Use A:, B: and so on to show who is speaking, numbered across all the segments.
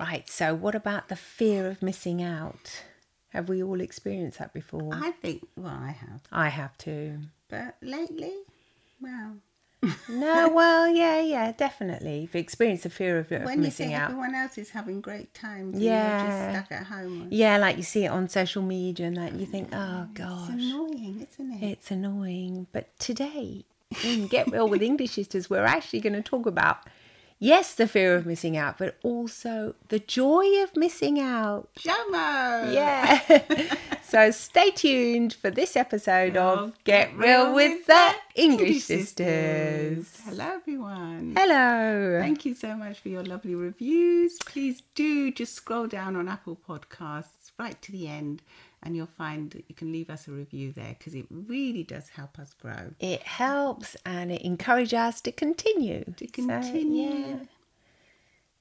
A: Right, so what about the fear of missing out? Have we all experienced that before?
B: I think, well, I have,
A: I have too.
B: but lately, well,
A: No, well, yeah, yeah, definitely. You've experienced the fear of, of
B: when you
A: missing
B: think
A: out.
B: everyone else is having great times,
A: Yeah.
B: and you're just stuck at home.
A: Yeah, like you see it on social media and that, and you think, oh
B: It's
A: gosh,
B: annoying, isn't it?
A: it's annoying. But today, in Get Real with English Sisters, we're actually going to talk about, yes, the fear of missing out, but also the joy of missing out.
B: Jumbo.
A: Yeah. so stay tuned for this episode of Get Real with the English Sisters.
B: Hello, everyone.
A: Hello.
B: Thank you so much for your lovely reviews. Please do just scroll down on Apple Podcasts right to the end, and you'll find that you can leave us a review there because it really does help us grow.
A: It helps and it encourages us to continue.
B: To
A: So,
B: continue
A: yeah.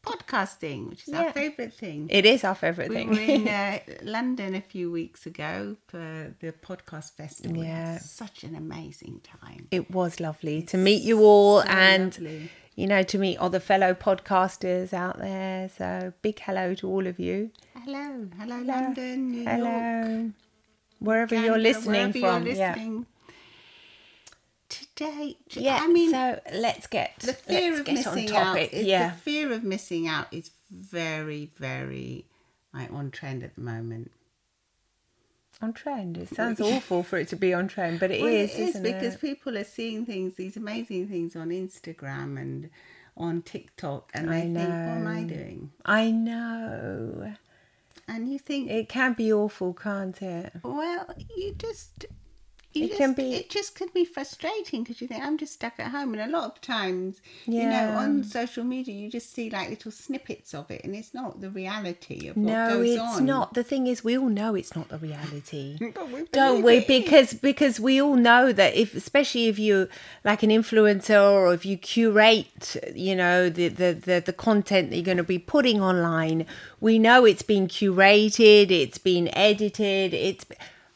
B: podcasting, which is
A: Yeah.
B: our favourite thing.
A: It is our favourite
B: We
A: thing.
B: were in uh, London a few weeks ago for the podcast festival.
A: Yeah.
B: It was such an amazing time.
A: It was lovely to meet you all
B: so
A: and
B: lovely.
A: you know to meet other fellow podcasters out there. So big hello to all of you.
B: Hello, hello, London, New York.
A: Hello. Wherever you're
B: Canada,
A: listening
B: wherever
A: from.
B: You're
A: Yeah.
B: listening. Today, j-
A: Yeah.
B: I mean,
A: so let's get
B: the fear
A: let's
B: of
A: get
B: missing
A: on topic.
B: out. Is,
A: yeah.
B: The fear of missing out is very, very like on trend at the moment.
A: on trend. It sounds awful for it to be on trend, but it
B: Well,
A: is,
B: it is
A: isn't
B: because
A: it?
B: people are seeing things, these amazing things on Instagram and on TikTok, and they
A: I
B: think, "What am I
A: know.
B: doing?"
A: I know.
B: And you think,
A: It can be awful, can't it?
B: Well, you just. You
A: It
B: just,
A: can be-
B: It just can be frustrating because you think I'm just stuck at home, and a lot of times, you know,
A: Yeah.
B: on social media, you just see like little snippets of it, and it's not the reality of what
A: No,
B: goes
A: it's
B: on.
A: not. The thing is, we all know it's not the reality.
B: But we
A: don't
B: believe
A: we
B: it is.
A: because because we all know that if especially if you like an influencer or if you curate you know the the the, the content that you're going to be putting online we know it's been curated it's been edited it's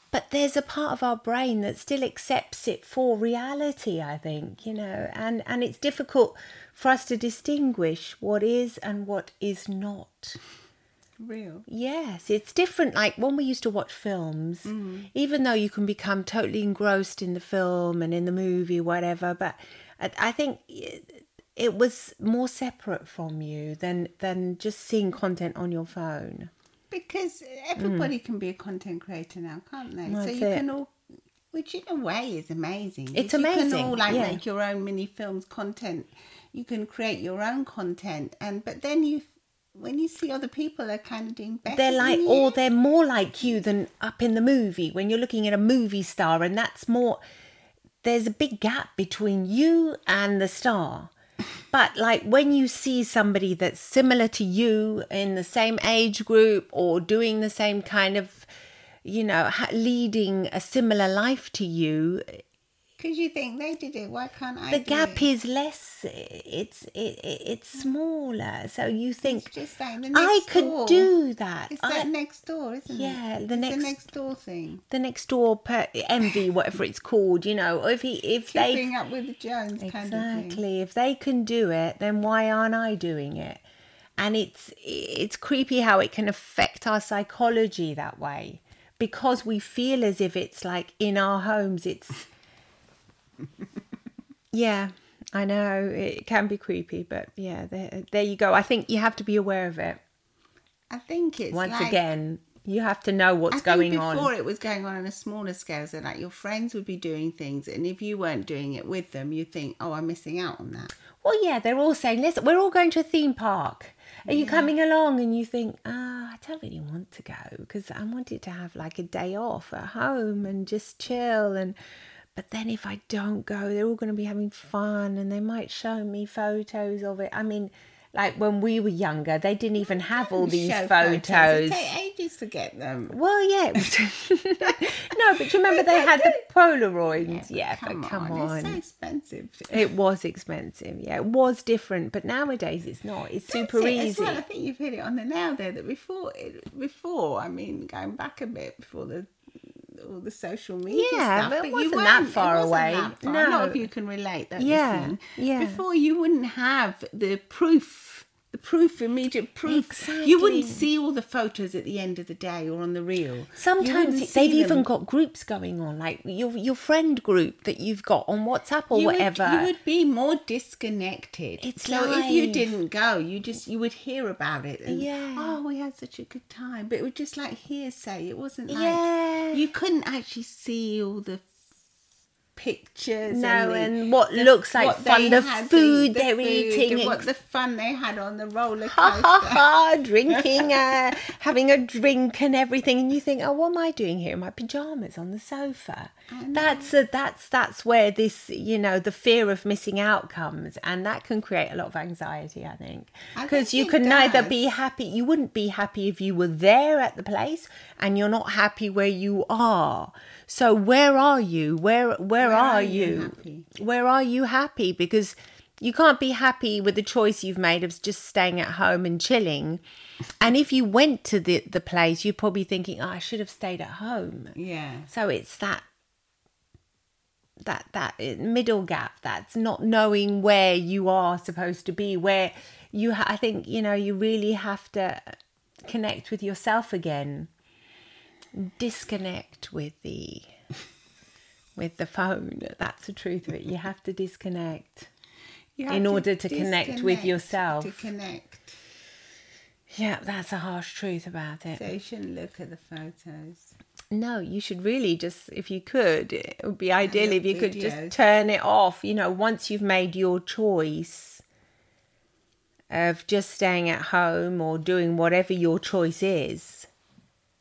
A: but there's a part of our brain that still accepts it for reality i think you know and and it's difficult for us to distinguish what is and what is not
B: real.
A: Yes, it's different. Like when we used to watch films, even though you can become totally engrossed in the film and in the movie, whatever, but I, I think it, it was more separate from you than than just seeing content on your phone.
B: Because everybody can be a content creator now, can't they? so
A: Mm. That's
B: you
A: it.
B: can all, which in a way is amazing.
A: It's
B: If You
A: amazing,
B: can all like
A: yeah.
B: make your own mini films content. You can create your own content, and but then you, when you see other people are kind of doing better,
A: They're
B: than
A: like,
B: you,
A: or they're more like you than up in the movie when you're looking at a movie star, and that's more. There's a big gap between you and the star. But like when you see somebody that's similar to you in the same age group or doing the same kind of, you know, ha- leading a similar life to you,
B: because you think they did it. Why can't I?
A: the
B: do
A: gap
B: it?
A: is less. It's it, it it's smaller. So you
B: It's
A: think
B: just like the next
A: I
B: door.
A: could do that.
B: It's
A: I-
B: that next door, isn't
A: Yeah,
B: it?
A: the
B: It's
A: next-
B: the next door thing.
A: the next door per- envy, whatever it's called, you know, or if he, if they
B: Keeping up with the Jones kind of thing.
A: exactly if they can do it, then why aren't I doing it? And it's it's creepy how it can affect our psychology that way because we feel as if it's like in our homes. It's yeah, I know it can be creepy, but yeah, there, there you go. I think you have to be aware of it
B: I think it's
A: once
B: like,
A: again. You have to know what's
B: I
A: going
B: think
A: on.
B: before it was going on on a smaller scale, so like your friends would be doing things, and if you weren't doing it with them, you think, "Oh, I'm missing out on that."
A: Well, yeah, they're all saying, listen, we're all going to a theme park. Are you coming along? And you think, ah, I don't really want to go because I wanted to have like a day off at home and just chill. And but then if I don't go, they're all going to be having fun and they might show me photos of it. I mean, like when we were younger, they didn't even have all these
B: Show
A: photos.
B: It take ages to get them.
A: Well, yeah. it was- no, but you remember they had the Polaroids. Yeah,
B: Come,
A: but come
B: on,
A: on.
B: it's so expensive.
A: It was expensive, yeah. It was different, but nowadays it's not. It's super
B: That's it as
A: easy.
B: well. I think you've hit it on the nail there. That before, it, before I mean, going back a bit before the all the social media
A: Yeah,
B: stuff,
A: but it
B: you
A: wasn't that
B: weren't- it
A: far
B: wasn't
A: away.
B: that far. I don't know
A: No.
B: if you can relate that.
A: Yeah,
B: listening.
A: yeah.
B: Before you wouldn't have the proof, the the proof, immediate proof. You wouldn't see all the photos at the end of the day or on the reel. You
A: Sometimes
B: wouldn't
A: it-
B: see
A: they've
B: them.
A: even got groups going on, like your your friend group that you've got on WhatsApp or
B: You would-
A: whatever.
B: you would be more disconnected.
A: It's
B: so if you
A: live.
B: didn't go, you just you would hear about it. And,
A: Yeah.
B: Oh, we had such a good time, but it was just like hearsay. It wasn't like
A: Yeah.
B: you couldn't actually see all the pictures.
A: No,
B: the-
A: and what
B: the-
A: looks like
B: what
A: fun,
B: they
A: the
B: had,
A: food
B: the
A: they're
B: food,
A: eating,
B: and what
A: ex-
B: the fun they had on the roller
A: ha ha
B: coaster.
A: ha, drinking, uh, having a drink and everything, and you think, oh, what am I doing here in my pajamas on the sofa? That's a, that's that's where this, you know, the fear of missing out comes, and that can create a lot of anxiety, I think,
B: I
A: because
B: think
A: you
B: it
A: can neither
B: does.
A: be happy. You wouldn't be happy if you were there at the place, and you're not happy where you are. So where are you? Where where, are,
B: are you
A: you?
B: happy?
A: where are you happy? Because you can't be happy with the choice you've made of just staying at home and chilling. And if you went to the, the place, you're probably thinking, oh, I should have stayed at home.
B: yeah.
A: So it's that that that uh, middle gap that's not knowing where you are supposed to be where you ha- i think you know you really have to connect with yourself again disconnect with the with the phone that's the truth of it you have to disconnect
B: You have
A: in order to connect with
B: disconnect,
A: yourself.
B: To connect.
A: yeah that's a harsh truth about it
B: So you shouldn't look at the photos.
A: No, you should really just, if you could, it would be ideal
B: the
A: if you could
B: videos.
A: just turn it off. You know, once you've made your choice of just staying at home or doing whatever your choice is.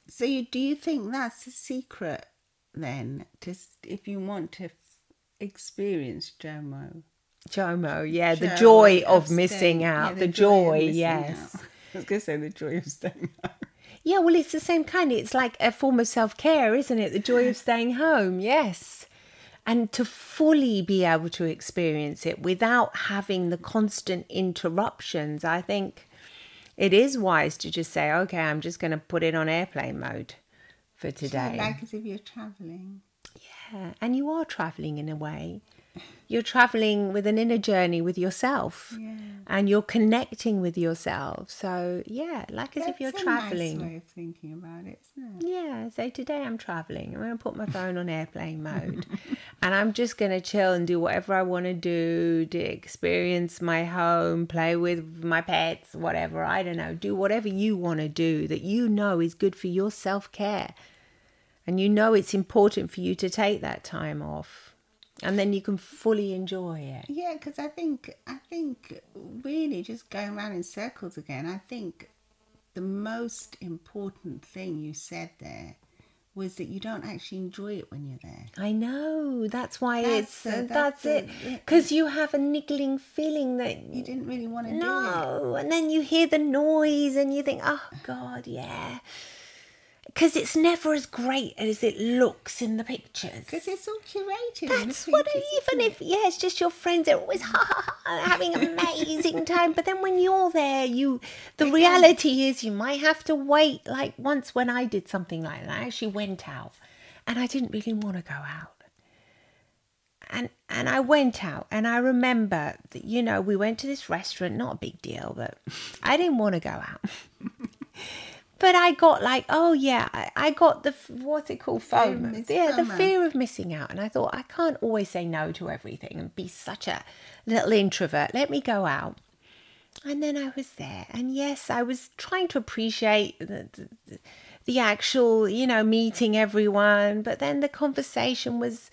B: So you, do you think that's the secret then? To s- if you want to f- experience Jomo,
A: Jomo, yeah, Uh, the
B: Jomo
A: joy of
B: staying-
A: missing
B: yeah,
A: out, the, joy,
B: of missing
A: yes.
B: out. I was going to say the joy of staying out.
A: Yeah, well, it's the same kind. It's like a form of self care, isn't it? The joy of staying home, yes. And to fully be able to experience it without having the constant interruptions, I think it is wise to just say, okay, I'm just going to put it on airplane mode for today.
B: Like as if you're traveling.
A: Yeah, and you are traveling in a way. You're traveling with an inner journey with yourself
B: Yeah.
A: and you're connecting with yourself. So, yeah, like as if you're
B: That's a
A: traveling.
B: Nice way of thinking about it, isn't it?
A: Yeah, so today I'm traveling. I'm going to put my phone on airplane mode and I'm just going to chill and do whatever I want to do, do, experience my home, play with my pets, whatever. I don't know. Do whatever you want to do that you know is good for your self care. And you know it's important for you to take that time off. And then you can fully enjoy it.
B: Yeah, because I think I think really just going around in circles again. I think the most important thing you said there was that you don't actually enjoy it when you're there.
A: I know. That's why
B: That's
A: it's.
B: the-
A: and
B: that's
A: that's, it.
B: the- yeah.
A: Because you have a niggling feeling that
B: You didn't really want to do it.
A: No, and then you hear the noise and you think, oh God, yeah. Because it's never as great as it looks in the pictures.
B: Because it's all curated. in the
A: That's what,
B: pictures,
A: even if, yeah, it's just your friends, they're always ha ha ha, having an amazing time. But then when you're there, you, the reality is you might have to wait. Like once when I did something like that, I actually went out and I didn't really want to go out and and I went out and I remember that you know we went to this restaurant not a big deal but I didn't want to go out but I got like oh yeah I, I got the f- what's it called
B: of
A: FOMO
B: miss-
A: yeah the
B: FOMO.
A: fear of missing out and I thought I can't always say no to everything and be such a little introvert let me go out and then I was there. And yes, I was trying to appreciate the, the, the actual, you know, meeting everyone. But then the conversation was,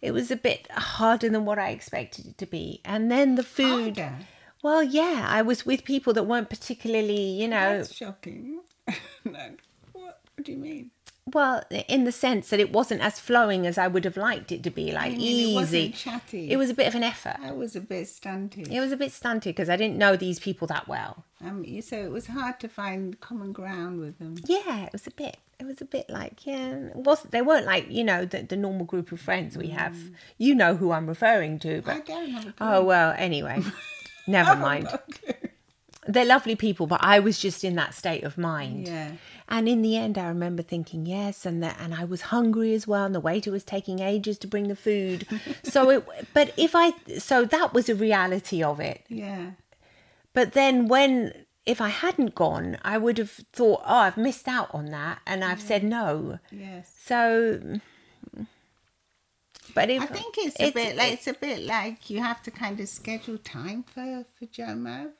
A: it was a bit harder than what I expected it to be. And then the food.
B: Harder?
A: Well, yeah, I was with people that weren't particularly, you know,
B: That's shocking. no. What, what do you mean?
A: well, in the sense that it wasn't as flowing as I would have liked it to be, like
B: I mean, It
A: easy.
B: wasn't chatty.
A: It was a bit of an effort.
B: I was a bit stunted.
A: It was a bit stunted because I didn't know these people that well.
B: Um, you- so it was hard to find common ground with them.
A: yeah it was a bit it was a bit like yeah it wasn't they weren't like you know the, the normal group of friends we have you know who i'm referring to
B: Mm. I Oh,
A: but
B: don't have a clue.
A: oh well anyway never mind they're lovely people but i was just in that state of mind
B: Yeah.
A: and in the end i remember thinking yes and that and i was hungry as well and the waiter was taking ages to bring the food so it but if i so that was a reality of it
B: Yeah.
A: but then when if I hadn't gone, I would have thought, oh, I've missed out on that, and I've said no.
B: Yes.
A: So, but if,
B: I think it's a bit like it's a bit like you have to kind of schedule time for for Jomo.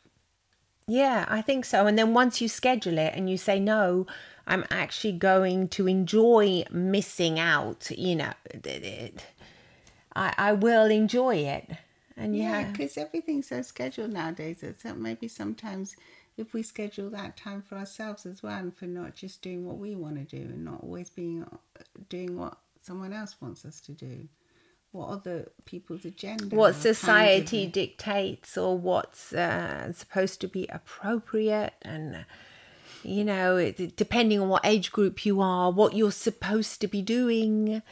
A: Yeah, I think so. And then once you schedule it and you say, no, I'm actually going to enjoy missing out, you know, it- it- I, I will enjoy it. And
B: Yeah,
A: yeah,
B: because everything's so scheduled nowadays. It's that maybe sometimes if we schedule that time for ourselves as well, and for not just doing what we want to do, and not always being uh, doing what someone else wants us to do, what other people's agenda, or
A: what
B: kind of-
A: society dictates or what's uh, supposed to be appropriate and you know it, depending on what age group you are what you're supposed to be doing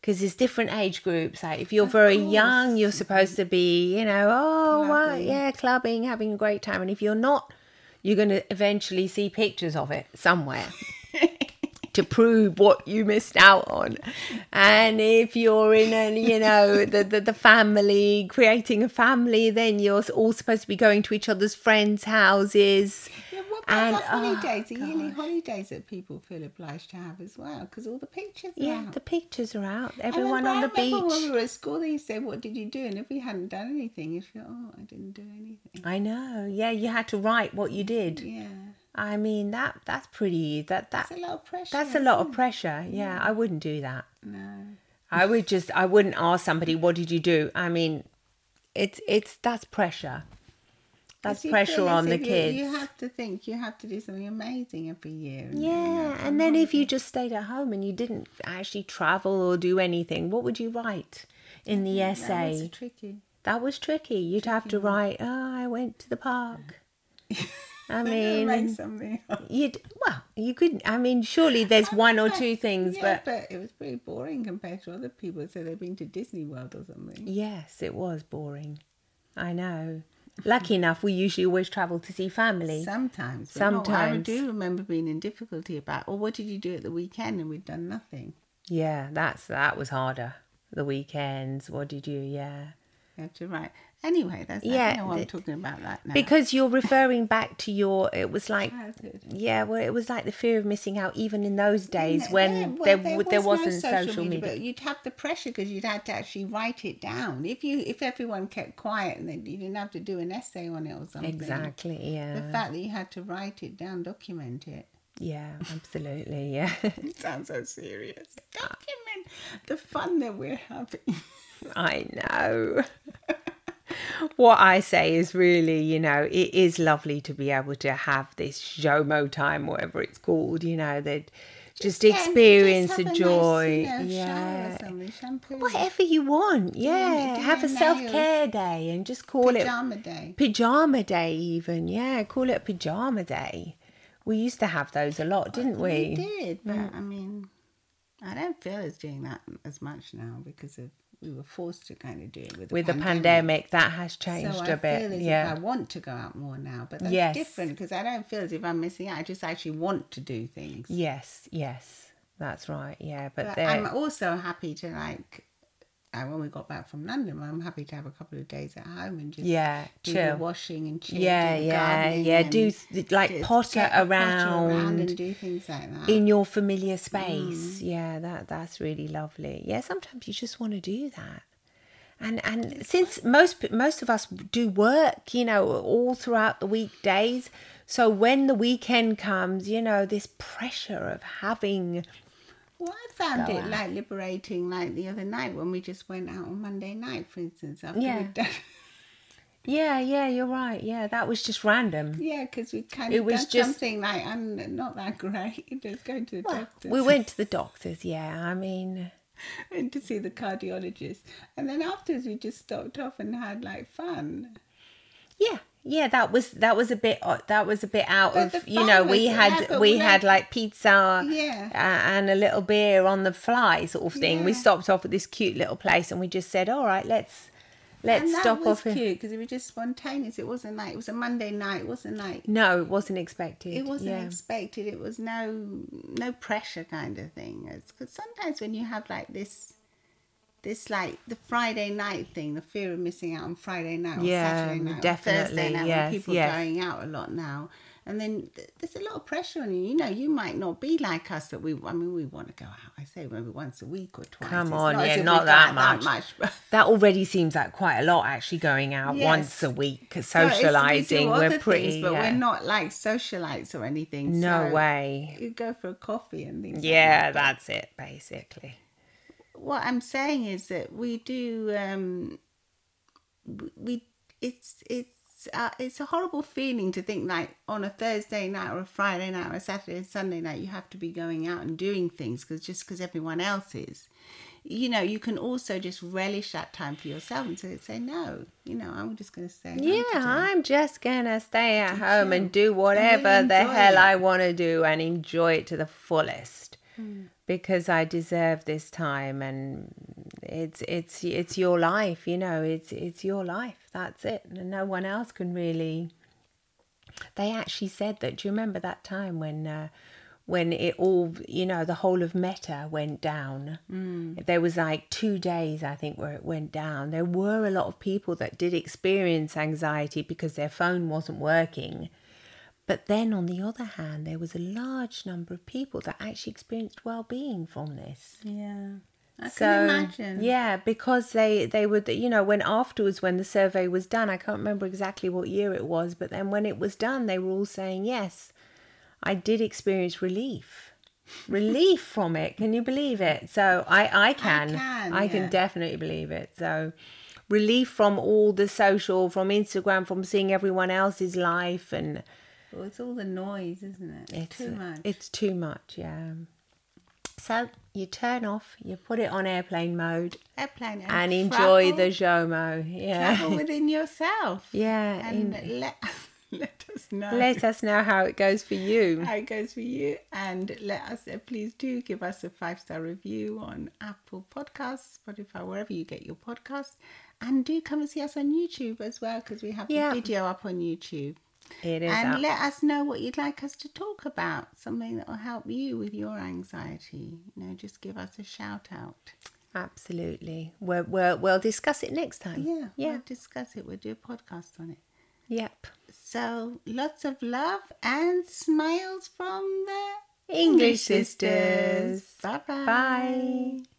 A: because there's different age groups like if you're very young
B: course.
A: you're supposed to be you know oh well,
B: Clubbing.
A: yeah clubbing having a great time and if you're not you're going to eventually see pictures of it somewhere to prove what you missed out on. And if you're in a, you know, the, the, the family, creating a family, then you're all supposed to be going to each other's friends' houses.
B: Yeah, what about
A: And,
B: the
A: oh,
B: holidays, the yearly holidays that people feel obliged to have as well? Because all the pictures. are
A: Yeah,
B: out.
A: the pictures are out.
B: I
A: Everyone
B: remember-
A: on the
B: I remember When we
A: beach.
B: were at school, they used to say, "What did you do?" And if we hadn't done anything, you'd feel, "Oh, I didn't do anything."
A: I know. Yeah, you had to write what you did.
B: Yeah,
A: I mean, that that's pretty. That that
B: it's a lot of pressure.
A: Uh, that's a lot of pressure. Yeah, I wouldn't do that.
B: No.
A: I would just I wouldn't ask somebody what did you do. I mean, it's it's that's pressure. That's
B: Because you
A: pressure
B: feel as
A: on the
B: if you-
A: kids.
B: You have to think you have to do something amazing every year. and-
A: Yeah, and then if you just stayed at home and you didn't actually travel or do anything, what would you write in the
B: Mm, That was
A: essay?
B: tricky.
A: That was tricky. You'd have to write, "Oh, I went to the park." I
B: Make
A: mean,
B: something up.
A: you'd well, you could. I mean, surely there's one or two things,
B: Yeah,
A: but
B: but it was pretty boring compared to other people. So they've been to Disney World or something.
A: yes, it was boring. I know. Lucky enough, we usually always travel to see family.
B: Sometimes. but no, I
A: Sometimes.
B: do remember being in difficulty about, or what did you do at the weekend? And we'd done nothing.
A: Yeah, that's that was harder. The weekends. What did you? Yeah.
B: You have to write. Anyway, that's yeah.
A: Yeah,
B: I don't know why I'm
A: the-
B: talking about that now.
A: Because you're referring back to your, it was like
B: Childhood.
A: Yeah, well, it was like the fear of missing out, even in those days
B: Yeah,
A: when
B: yeah, well,
A: there, w there
B: was no
A: wasn't social media.
B: But you'd have the pressure because you'd had to actually write it down. If you if everyone kept quiet and then you didn't have to do an essay on it or something.
A: Exactly.
B: The
A: Yeah.
B: fact that you had to write it down, document it.
A: Yeah. Absolutely. Yeah.
B: It sounds so serious. Document the fun that we're having.
A: I know. what I say is really, you know, it is lovely to be able to have this Jomo time, whatever it's called. You know, that just,
B: Yeah, and just
A: experience
B: have
A: the
B: a nice, you
A: joy.
B: know, shower or
A: yeah.
B: something, shampoo,
A: Whatever you want. Yeah.
B: do
A: have a
B: your nails.
A: self care day and just call it
B: pajama day.
A: Pajama day, even. Yeah, call it pajama day. We used to have those a lot, didn't we? Mm.
B: We did, but I mean, I don't feel as doing that as much now because of we were forced to kind of do it with the
A: With the pandemic,
B: pandemic.
A: that has changed
B: So I
A: a bit.
B: feel as
A: yeah.
B: if I want to go out more now, but that's
A: Yes.
B: different because I don't feel as if I'm missing out. I just actually want to do things.
A: Yes, yes. That's right. Yeah, but,
B: But
A: there
B: I'm also happy to like. uh when we got back from London, I'm happy to have a couple of days at home and just
A: Yeah,
B: do
A: chill.
B: the washing and chill.
A: Yeah,
B: do the
A: yeah,
B: gardening
A: yeah.
B: and
A: Do th- like
B: just
A: potter
B: get a
A: around.
B: and do things like that.
A: in your familiar
B: Mm.
A: space. Yeah, that that's really lovely. Yeah, sometimes you just want to do that. And and since most p- most of us do work, you know, all throughout the weekdays, so when the weekend comes, you know, this pressure of having
B: Well, I found
A: Go
B: it
A: out.
B: like liberating, like the other night when we just went out on Monday night, for instance. After
A: Yeah.
B: we'd done,
A: yeah, yeah, you're right. Yeah, that was just random.
B: yeah, because we kind
A: It
B: of
A: was
B: done
A: just-
B: something like I'm not that great. Just going to the doctor,
A: We went to the doctors. Yeah, I mean,
B: went to see the cardiologist, and then afterwards we just stopped off and had like fun.
A: Yeah, yeah, that was that was a bit o- that was a bit out
B: But
A: of
B: the
A: you
B: fun
A: know
B: was
A: we
B: there,
A: had
B: but
A: we
B: we
A: had
B: had-
A: like pizza
B: Yeah.
A: uh, and a little beer on the fly sort of thing. We
B: Yeah.
A: stopped off at this cute little place and we just said, all right, let's let's
B: and that
A: stop
B: was
A: off. here."
B: cute because it was just spontaneous. It wasn't like it was a Monday night. It wasn't like
A: No, it wasn't expected.
B: it wasn't
A: yeah.
B: expected. It was no no pressure kind of thing. Because sometimes when you have like this, this like the Friday night thing, the fear of missing out on Friday night, or
A: Yeah,
B: Saturday night, or
A: definitely,
B: Thursday night,
A: yes,
B: when people
A: yes.
B: are going out a lot now, and then th- there's a lot of pressure on you. You know, you might not be like us that we. I mean, we want to go out. I say maybe once a week or twice.
A: Come
B: It's
A: on,
B: as
A: yeah,
B: if we
A: not
B: go
A: that
B: out
A: much.
B: but-
A: That already seems like quite a lot, actually, going out
B: Yes.
A: once a week,
B: So it's- we do
A: socializing.
B: other
A: We're pretty.
B: things, but
A: yeah.
B: we're not like socialites or anything.
A: no
B: so
A: way.
B: You go for a coffee and things. like
A: Yeah,
B: that.
A: that's it, basically.
B: what I'm saying is that we do. Um, w- we it's it's uh, it's a horrible feeling to think like on a Thursday night or a Friday night or a Saturday and Sunday night you have to be going out and doing things because just because everyone else is. You know, you can also just relish that time for yourself and say, say no. You know, I'm just going to stay. home
A: Yeah,
B: today.
A: I'm just gonna stay at home and do whatever
B: really
A: the
B: enjoy
A: hell
B: it.
A: I want to do and enjoy it to the fullest
B: Mm.
A: because I deserve this time and it's it's it's your life, you know. It's it's your life. That's it, and no one else can really. They actually said that. Do you remember that time when? Uh, when it all, you know, the whole of Meta went down.
B: Mm.
A: There was like two days, I think, where it went down. There were a lot of people that did experience anxiety because their phone wasn't working. But then, on the other hand, there was a large number of people that actually experienced well-being from this.
B: Yeah. I can imagine.
A: Yeah, because they they would you know when afterwards when the survey was done, I can't remember exactly what year it was, but then when it was done, they were all saying yes, I did experience relief, relief from it. Can you believe it? So I I can
B: can,
A: I can
B: yeah.
A: definitely believe it. So relief from all the social, from Instagram, from seeing everyone else's life, and
B: Well, it's all the noise, isn't it? It's too much.
A: it's too much. Yeah. So you turn off, you put it on airplane mode
B: Airplane
A: and enjoy
B: travel-
A: the Jomo.
B: travel
A: Yeah.
B: within yourself.
A: Yeah.
B: and
A: in-
B: let, let us know
A: let us know how it goes for you.
B: how it goes for you and let us uh, please do give us a five star review on apple podcasts spotify wherever you get your podcasts and do come and see us on youtube as well because we have
A: Yeah.
B: the video up on youtube
A: It is
B: and
A: up.
B: let us know what you'd like us to talk about something that will help you with your anxiety you know just give us a shout out
A: Absolutely. We're, we're, we'll discuss it next time.
B: yeah
A: Yeah.
B: we'll discuss it we'll do a podcast on it
A: Yep.
B: so lots of love and smiles from the
A: English sisters.
B: Bye-bye.
A: Bye.